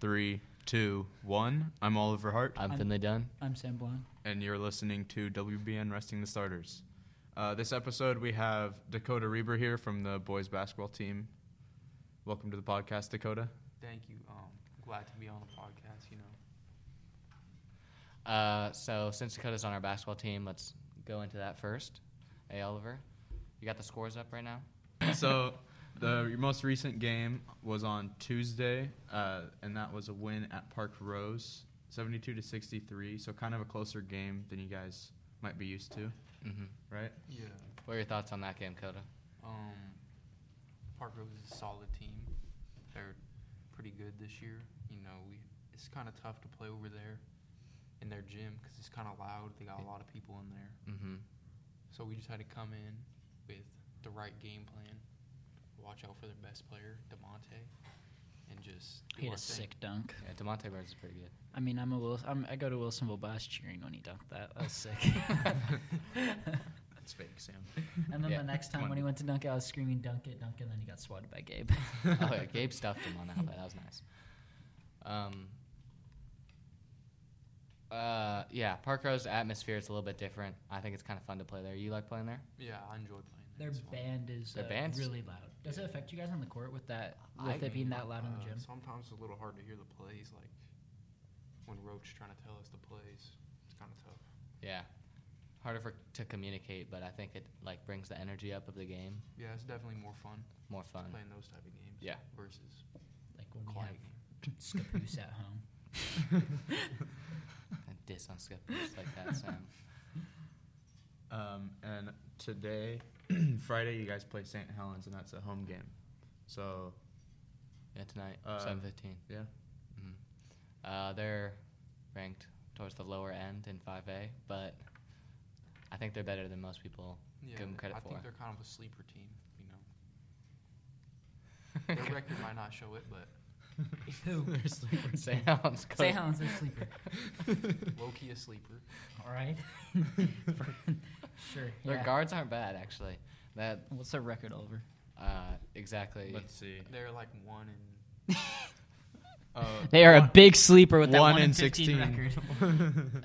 three, two, one. I'm Oliver Hart, I'm I'm- Finley Dunn. I'm Sam Blon. and you're listening to WBN Resting the Starters. Uh, this episode, we have Dakota Reber here from the boys basketball team. Welcome to the podcast, Dakota. Thank you. Um, glad to be on the podcast. You know, Uh, so since Dakota's on our basketball team, let's go into that first. Hey Oliver, you got the scores up right now? so, the your most recent game was on Tuesday, uh, and that was a win at Park Rose, 72 to 63. So, kind of a closer game than you guys might be used to, Mm-hmm. right? yeah. What are your thoughts on that game, Coda? Um, Park Rose is a solid team. They're pretty good this year. You know, we it's kind of tough to play over there in their gym because it's kind of loud. They got a lot of people in there, Mm-hmm. so we just had to come in with the right game plan. Watch out for their best player, Demonte, and just do He had our a thing. sick dunk. Yeah, Demonte Burns is pretty good. I mean, I'm a Will. I'm, I go to Wilsonville Blast cheering when he dunked that. That was sick. It's fake, Sam. and then Yeah. the next time when he went to dunk it, I was screaming "dunk it, dunk it!" And then he got swatted by Gabe. oh yeah, Gabe stuffed him on that, but that was nice. Um, uh, yeah, Park Rose atmosphere is a little bit different. I think it's kind of fun to play there. You like playing there? Yeah, I enjoy playing. Their there. It's fun. band is Their uh, band's- really loud. Does it affect you guys on the court with that? I With it being mean, that loud in uh, the gym? Sometimes it's a little hard to hear the plays, like when Roach trying to tell us the plays. It's kind of tough. Yeah, harder for to communicate, but I think it like brings the energy up of the game. Yeah, it's definitely more fun More fun. playing those type of games. Yeah. Versus Like when we quiet have game. Scapoose at home. A diss on Skip Bayless like that, Sam. Um, and today, Friday, you guys play St. Helens, and that's a home game. So Yeah, tonight, Uh, seven fifteen. yeah, Mm-hmm. Uh, they're ranked towards the lower end in five A, but I think they're better than most people. Yeah, Give 'em credit I for it. think they're kind of a sleeper team. You know, their record might not show it, but Who? St. Helens. Say coach. Helen's a sleeper. low key a sleeper. All right. sure. Their yeah. guards aren't bad actually. That What's their record, Oliver? uh, exactly. let's see. They're like one and Uh, They are a big sleeper with that one one, in in 16 16. record.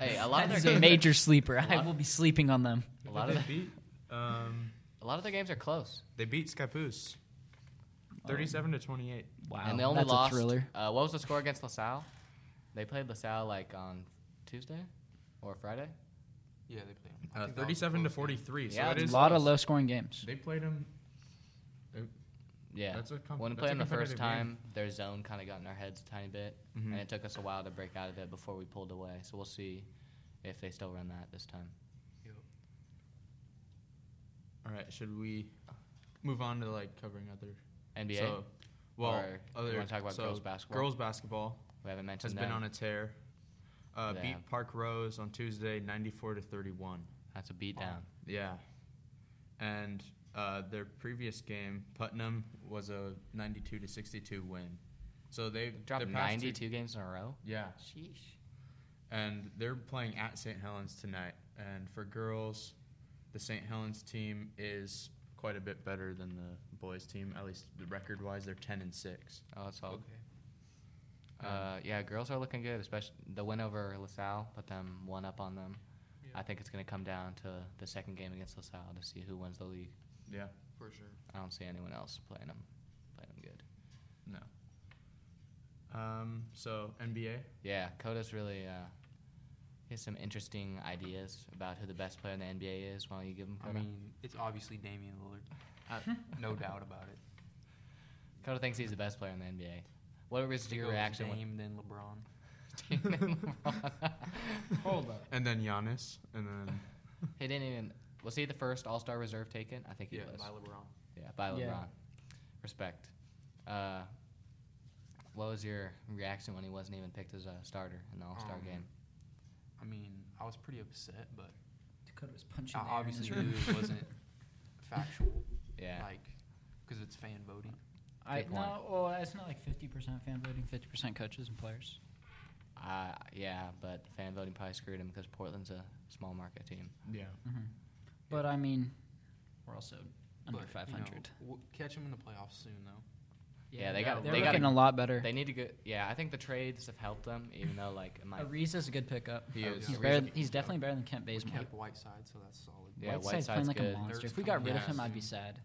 hey, a lot That of their is games a are- major sleeper. A I lot- will be sleeping on them. A lot of they the- beat. Um, a lot of their games are close. they beat Scapoose, Oh. thirty-seven to twenty-eight. Uh, Wow, and they only that's lost. a thriller. Uh, what was the score against LaSalle? They played LaSalle like on Tuesday or Friday. yeah, they play 'em. I Uh, think that was the thirty-seven to close game. forty-three. Yeah, so it it's is. A lot of low-scoring games. They played them. Yeah. That's a comp- when we Oh, that's played a them the first competitive game. Mm-hmm. Hmm. time, their zone kind of got in our heads a tiny bit, and it took us a while to break out of it before we pulled away. So we'll see if they still run that this time. Yep. All right, should we move on to like covering other? NBA. So, well, Or you other. wanna talk about so girls basketball? Girls basketball we haven't mentioned has that. been on a tear. Uh, Yeah. Beat Park Rose on Tuesday, ninety-four to thirty-one. That's a beatdown. Yeah. And uh, their previous game, Putnam, was a 92 to 62 win. So they Dropped their past two- 92 games in a row. yeah. Sheesh. And they're playing at St. Helens tonight. And for girls, the St. Helens team is quite a bit better than the boys team, at least record wise. They're 10 and 6. Oh, that's all. Okay. Uh, yeah, girls are looking good, especially the win over LaSalle, put them one up on them. Yeah. I think it's going to come down to the second game against LaSalle to see who wins the league. Yeah. For sure. I don't see anyone else playing them, playing them good. No. Um, so, NBA? Yeah, Coda's really uh, he has some interesting ideas about who the best player in the NBA is. Why don't you give him I Coda? mean, it's obviously Damian Lillard. no doubt about it. Coda thinks he's the best player in the NBA. What was It your goes reaction when Dame, then LeBron. Hold up. And then Giannis. And then. he didn't even was he the first All Star reserve taken? I think he Yeah, was. by LeBron. yeah, by LeBron. Yeah. Respect. Uh, what was your reaction when he wasn't even picked as a starter in the All Star Um, game? I mean, I was pretty upset, but Dakota was punching. I Oh, the air in Uh, obviously his knew room. it wasn't factual, Yeah. like, because it's fan voting. I Good no. Well, it's not like 50% fan voting, 50% coaches and players. Uh, yeah, but fan voting probably screwed him because Portland's a small market team. Yeah. Mm-hmm. But I mean, we're also under But, you know, 500. we'll catch him in the playoffs soon, though. Yeah, they got- They're they got looking a lot better. They need to go. Yeah, I think the trades have helped them, even though like it might. Ariza's a good pickup. He is. He's, Ariza- better, he's definitely better than Kent We Bazemore. kept Whiteside, so that's solid. Yeah, Whiteside's Whiteside's playing like good. a monster. Third's If we got rid of coming him, back I'd be soon. sad.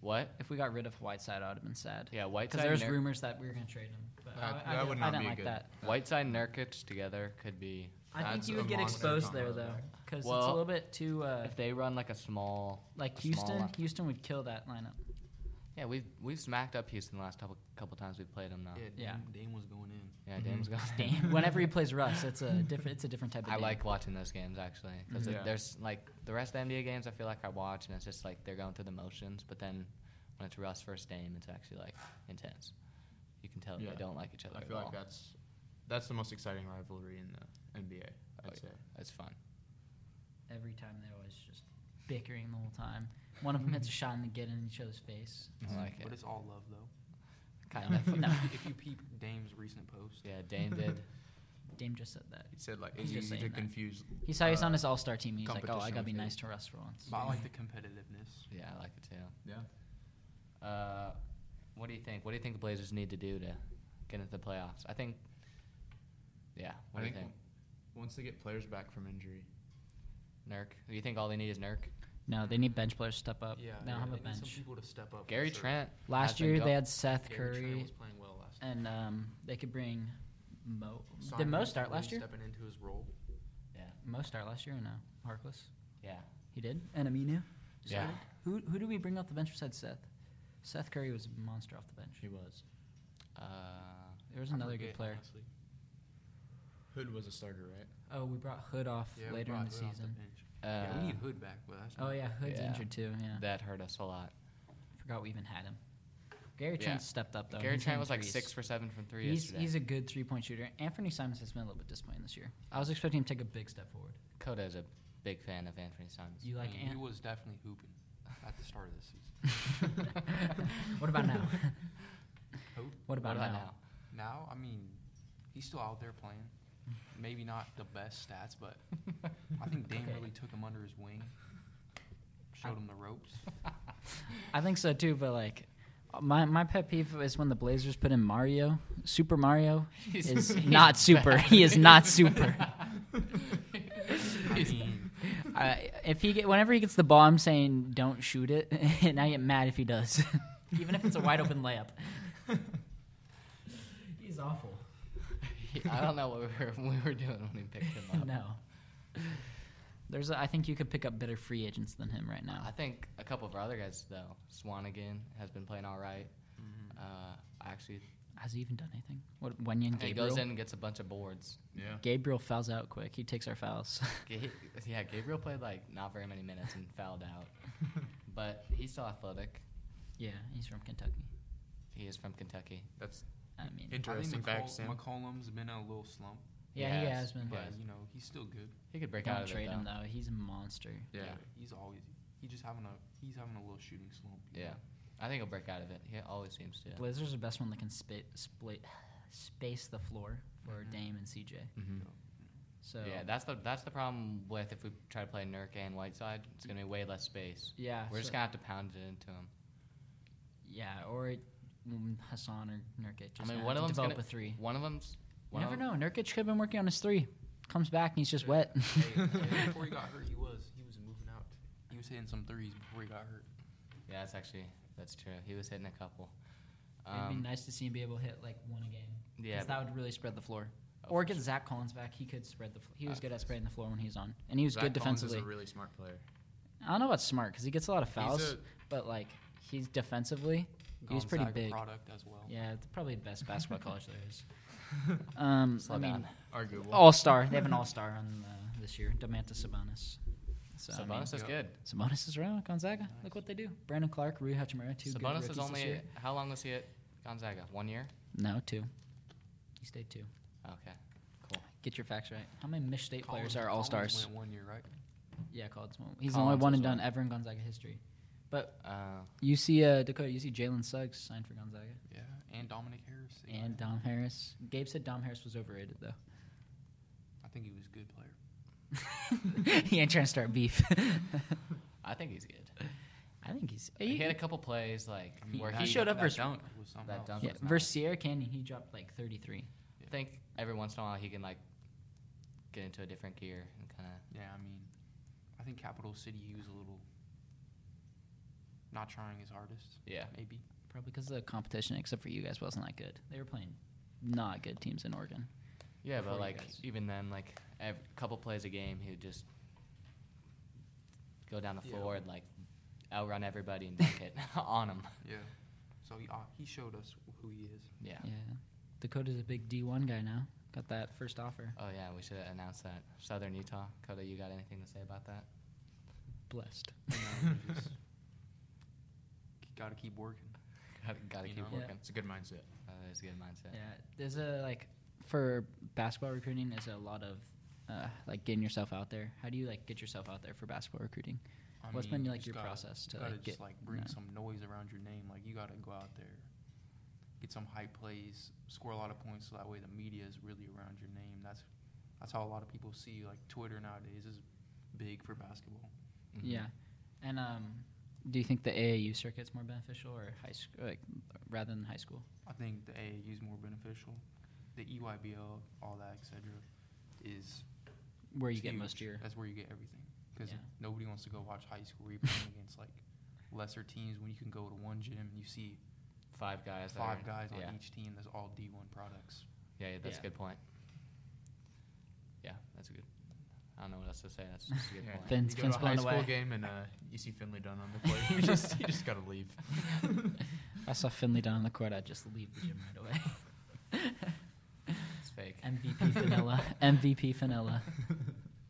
What? If we got rid of Whiteside, I'd have been sad. Yeah, Because Whiteside. there's Nur- rumors that we were going to trade him. But That- I, I, that di- would I not didn't be like good. that. Whiteside and Nurkic together could be. I think That's you a would get monster exposed combo there, there. though. Because it's a Well- little bit too. Uh, If they run like a small. like a small Houston, line- Houston would kill that lineup. Yeah, we've we've smacked up Houston the last couple couple times we've played them now. Yeah, Yeah. Dame, Dame was going in. Yeah, Dame's Mhm. gone. Mm-hmm. Damn. Whenever he plays Russ, it's a different. It's a different type of. I game. like watching those games actually because Mhm. Yeah. there's like the rest of the NBA games I feel like I watch and it's just like they're going through the motions, but then when it's Russ versus Dame, it's actually like intense. You can tell Yeah. they don't like each other I at feel all. like that's that's the most exciting rivalry in the NBA. I'd Oh, say. It's fun. every time they're always just bickering the whole time. One of them hits a shot and they get in each other's face. Mm-hmm. I like But it. it's all love, though. Kind of. No. if you peep Dame's recent post, Yeah, Dame did. Dame just said that. He said like He's it's just easy to saying that. confuse. He saw he's uh, on his All Star team. He's like, "Oh, I competition gotta be with nice it. to Russ for once." but I like the competitiveness. Yeah, I like it too. Yeah. Uh, what do you think? What do you think the Blazers need to do to get into the playoffs? I think. Yeah. What I do think you think? once they get players back from injury, Nurk. Do you think all they need is Nurk? No, they need bench players to step up. yeah, they don't yeah, have a they need Some bench. people to step up. for Gary sure. Trent. has Last been year go- they had Seth Gary Trent Curry, was playing well last and um, they could bring Mo. night. Did Mo Simon start last really year? Stepping into his role. Yeah. Mo start last year or no? Harkless. Yeah. He did. And Aminu. Yeah. started? Who who do we bring off the bench besides Seth? Seth Curry was a monster off the bench. she was. Uh, There was I another good forget, player. honestly. Hood was a starter, right? Oh, we brought Hood off Yeah, we later in brought the Hood off season. bench. uh, yeah, we need Hood back, but that's Oh not- yeah, Hood's Yeah. injured too. Yeah, That hurt us a lot. forgot we even had him. Gary Yeah. Trent stepped up though. Gary He's Trent hitting was like threes. six for seven from three He's yesterday. he's a good three point shooter. Anthony Simons has been a little bit disappointing this year. I was expecting him to take a big step forward. Coda is a big fan of Anthony Simons. You like I mean, Mm, he Ant? was definitely hooping at the start of the season. what about now? Who? what about, now? Now, I mean, he's still out there playing. Maybe not the best stats, but I think Dame Okay. really took him under his wing, showed him the ropes. I think so too, but like. uh, My, my pet peeve is when the Blazers put in Mario. Super Mario He's- is he's not super. He is not super. I mean, I, Uh, if he get, whenever he gets the ball, I'm saying don't shoot it, and I get mad if he does, even if it's a wide open layup. He's awful. I don't know what we were, we were doing when we picked him up. No. There's, a, I think you could pick up better free agents than him right I now. think a couple of our other guys though. Swanigan has been playing all right. Mm-hmm. Uh, actually, Has he even done anything? What Wenyan he Gabriel? goes in and gets a bunch of boards. Yeah. Gabriel fouls out quick. He takes our fouls. Ga- yeah, Gabriel played like not very many minutes and fouled out, but he's still athletic. yeah, he's from Kentucky. He is from Kentucky. That's I mean, interesting I think fact, Sam. McCollum's been in a little slump, Mm-hmm. yeah, he Yes, has been. but Yes. you know he's still good. He could break out Don't of trade it him though. though. He's a monster. yeah. Yeah. He's always he's just having a he's having a little shooting slump. you Yeah, know. I think he'll break out of it. He always seems to. Blazers are the best one that can spa- split, space the floor for Mhm. Dame and CJ. Mhm. So Mm-hmm. Yeah, that's the that's the problem with if we try to play Nurk and Whiteside, it's gonna be way less space. yeah, We're just so- gonna have to pound it into him. yeah, or mm, Hassan or Nurkic. Just I mean, gonna one have of to them's develop gonna a three. One of them's. You One never of know. Nurkic could have been working on his three. Comes back and he's just wet. Hey, hey, before he got hurt, he was he was moving out. He was hitting some threes before he got hurt. Yeah, that's actually that's true. He was hitting a couple. It'd Um, be nice to see him be able to hit like one a game. yeah, that would really spread the floor. but- or get Zach Collins back. He could spread the. Fl- he was Uh, good at spreading the floor when he was on, and he was good defensively. Is a really smart player. I don't know about smart because he gets a lot of fouls, a- but like he's defensively, he's pretty Gonzaga big. Product as well. Yeah, it's probably the best basketball college there is. Um, Slow I mean, down. Arguable. all star. They have an all star on uh, this year. Demantis Sabonis. So, I mean, Sabonis is yeah. good. Sabonis is around. Gonzaga. Nice. Look what they do. Brandon Clark, Rui Hachimura, two good Sabonis rookies is this only year. how long was he at Gonzaga? One year. No, two. He stayed two. Okay, cool. Get your facts right. How many Mich State Collins- players are all Collins stars? went One year, right? Yeah, Collins. won. He's the only Collins one as and done well. ever in Gonzaga history. But Uh, you see, uh, Dakota, you see Jalen Suggs signed for Gonzaga. Yeah, and Dominic Harris. they And got- Dom Harris. Gabe said Dom Harris was overrated, though. I think he was a good player. he ain't trying to start beef. I think he's good. I think he's. He had a couple plays like I mean, where that- he showed up that versus. dunk was something that else. dunk yeah, was nice. versus Sierra Canyon, he dropped like 33. I think every once in a while he can like get into a different gear and kind of Yeah, I mean, I think Capital City was a little not trying his hardest, yeah. maybe. Probably because the competition, except for you guys, wasn't that good. They were playing not good teams in Oregon. Yeah, for you but like guys. even then, like a couple plays a game, he would just go down the Yeah. floor and like outrun everybody and dunk it on him. Yeah. So he, uh, he showed us who he is. Yeah. Yeah. Dakota's a big D1 guy now. Got that first offer. Oh yeah, we should announce that. Southern Utah, Coda, you got anything to say about that? Blessed. You know, you just gotta keep working. Gotta, gotta You keep know? Yeah. working. It's a good mindset. Uh, that's a good mindset. Yeah. There's a, like, for basketball recruiting, there's a lot of, uh, like, getting yourself out there. How do you, like, get yourself out there for basketball recruiting? I What's been, mean, like, just your gotta- process to, you gotta like, just get- like bring no. some noise around your name. Like you gotta go out there, get some high plays, score a lot of points, so that way the media is really around your name. That's that's how a lot of people see you. Like Twitter nowadays is big for basketball. Mhm. Yeah. And um, do you think the AAU circuit's more beneficial or high school, like, rather than high school? I think the AAU is more beneficial. The E EYBL, all that, etc., is Where you it's get huge. most of your. That's where you get everything. Because Yeah. nobody wants to go watch high school where you're playing against like lesser teams when you can go to one gym and you see Five guys. that are- five guys yeah. on each team that's all D1 products. Yeah, yeah that's Yeah. a good point. Yeah, that's a good. I don't know what else to say. That's just a good Yeah. point. Then- Finn's- you go Finn's to a high blown school away. game and uh, you see Finley Dunn on the court. you just you just gotta leave. I saw Finley down on the court. I'd just leave the gym right away. It's fake. MVP Vanilla. MVP Vanilla.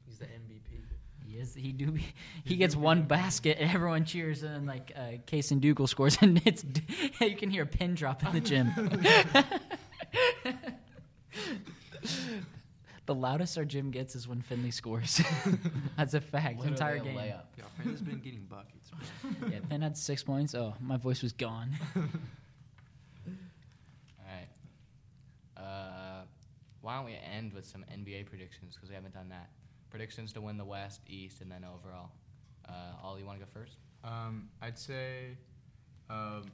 He's the MVP. He is. He do. Be, he gets one basket, and everyone cheers, and then like uh, Case and Dougal scores, and it's you can hear a pin drop in the gym. the loudest our gym gets is when Finley scores. That's a fact. Literally Entire a game. layup. Yeah, Finn's been getting buckets. Bro. Yeah, Finn had six points. Oh, my voice was gone. All right. Uh, why don't we end with some NBA predictions because we haven't done that. Predictions to win the West, East, and then overall. Uh, Ollie, you want to go first? Um, I'd say um,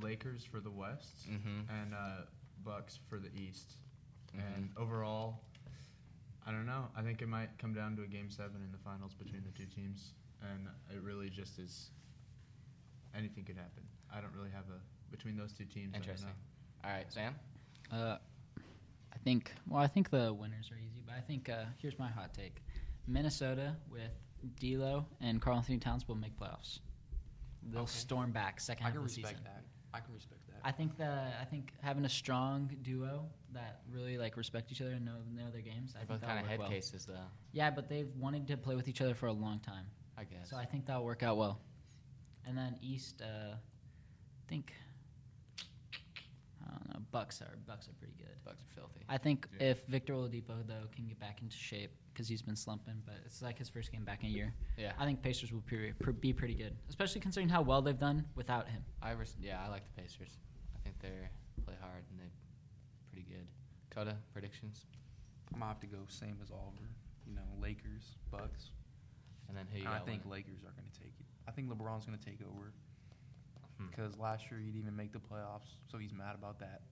Lakers for the West Mm-hmm. and uh, Bucks for the East. And overall, I don't know. I think it might come down to a game seven in the finals between the two teams, and it really just is. Anything could happen. I don't really have a between those two teams. Interesting. I All right, Sam. Uh, I think. Well, I think the winners are easy, but I think uh, here's my hot take: Minnesota with D'Lo and Carl Anthony Towns will make playoffs. They'll Okay. storm back second I half can of the respect season. that. I can respect that. I think that I think having a strong duo that really like respect each other and know, know their games. I They're both think that'll kind of work head well. cases, though. Yeah, but they've wanted to play with each other for a long time, I guess. so I think that'll work out well. And then East, uh, I think I don't know. Bucks are Bucks are pretty good. Bucks are filthy. I think Yeah. if Victor Oladipo though can get back into shape because he's been slumping, but it's like his first game back in a year. yeah. I think Pacers will pre- pre- be pretty good, especially considering how well they've done without him. I res- yeah, I like the Pacers. I think they play hard and they're pretty good. Coda, predictions? I'm gonna have to go same as Oliver. You know, Lakers, Bucks. And then who you And I got think winning? Lakers are gonna take it. I think LeBron's gonna take over Hmm. because last year he didn't even make the playoffs, so he's mad about that.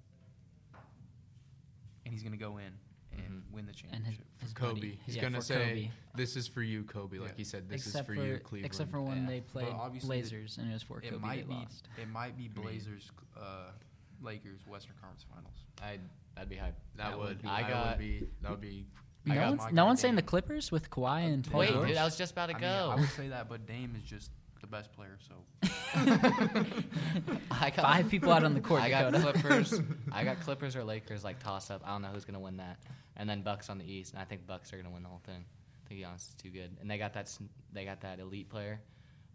And he's gonna go in and Mhm. win And the his, championship. his Kobe. buddy- He's yeah, gonna for say, Kobe. "This is for you, Kobe." Like Yeah. he said, "This except is for, for you, Cleveland." except for when Yeah. they But played obviously the- Blazers and it was for Kobe. it might they be lost. it might be mean- Blazers, uh, Lakers Western Conference Finals. I'd, that'd be hype. that, would, be, be, I that got. would be that would be I No got one's, my no guy one's saying the Dame. Clippers with Kawhi and Paul Wait, George. dude, I was just about to I mean, go. I would say that, but Dame is just the best player. So I got- Five people out on the court. I got Dakota. Clippers. I got Clippers or Lakers like toss up. I don't know who's gonna win that. And then Bucks on the East, and I think Bucks are gonna win the whole thing. I think Giannis is too good, and they got that. sn- They got that elite player.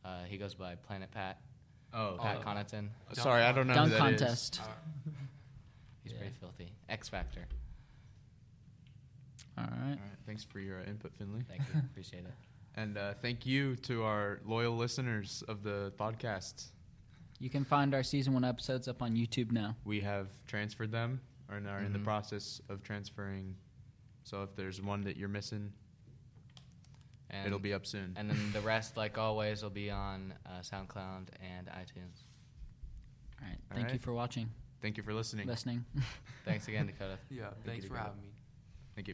Uh, he goes by Planet Pat. oh, Pat that- Connaughton. sorry, I don't know who Dunk that is. Uh, contest. He's Yeah. pretty filthy. X Factor. All right. All right, thanks for your uh, input, Finley. Thank you. Appreciate it. And uh, thank you to our loyal listeners of the podcast. You can find our season one episodes up on YouTube now. We have transferred them and are in the Mhm. process of transferring. So if there's one that you're missing, And It'll be up soon. And then the rest, like always, will be on uh, SoundCloud and iTunes. All right. All Thank you right. for watching, Thank you for listening. listening. Thanks again, Dakota. you, Yeah, thanks for Dakota. having me. Thank you.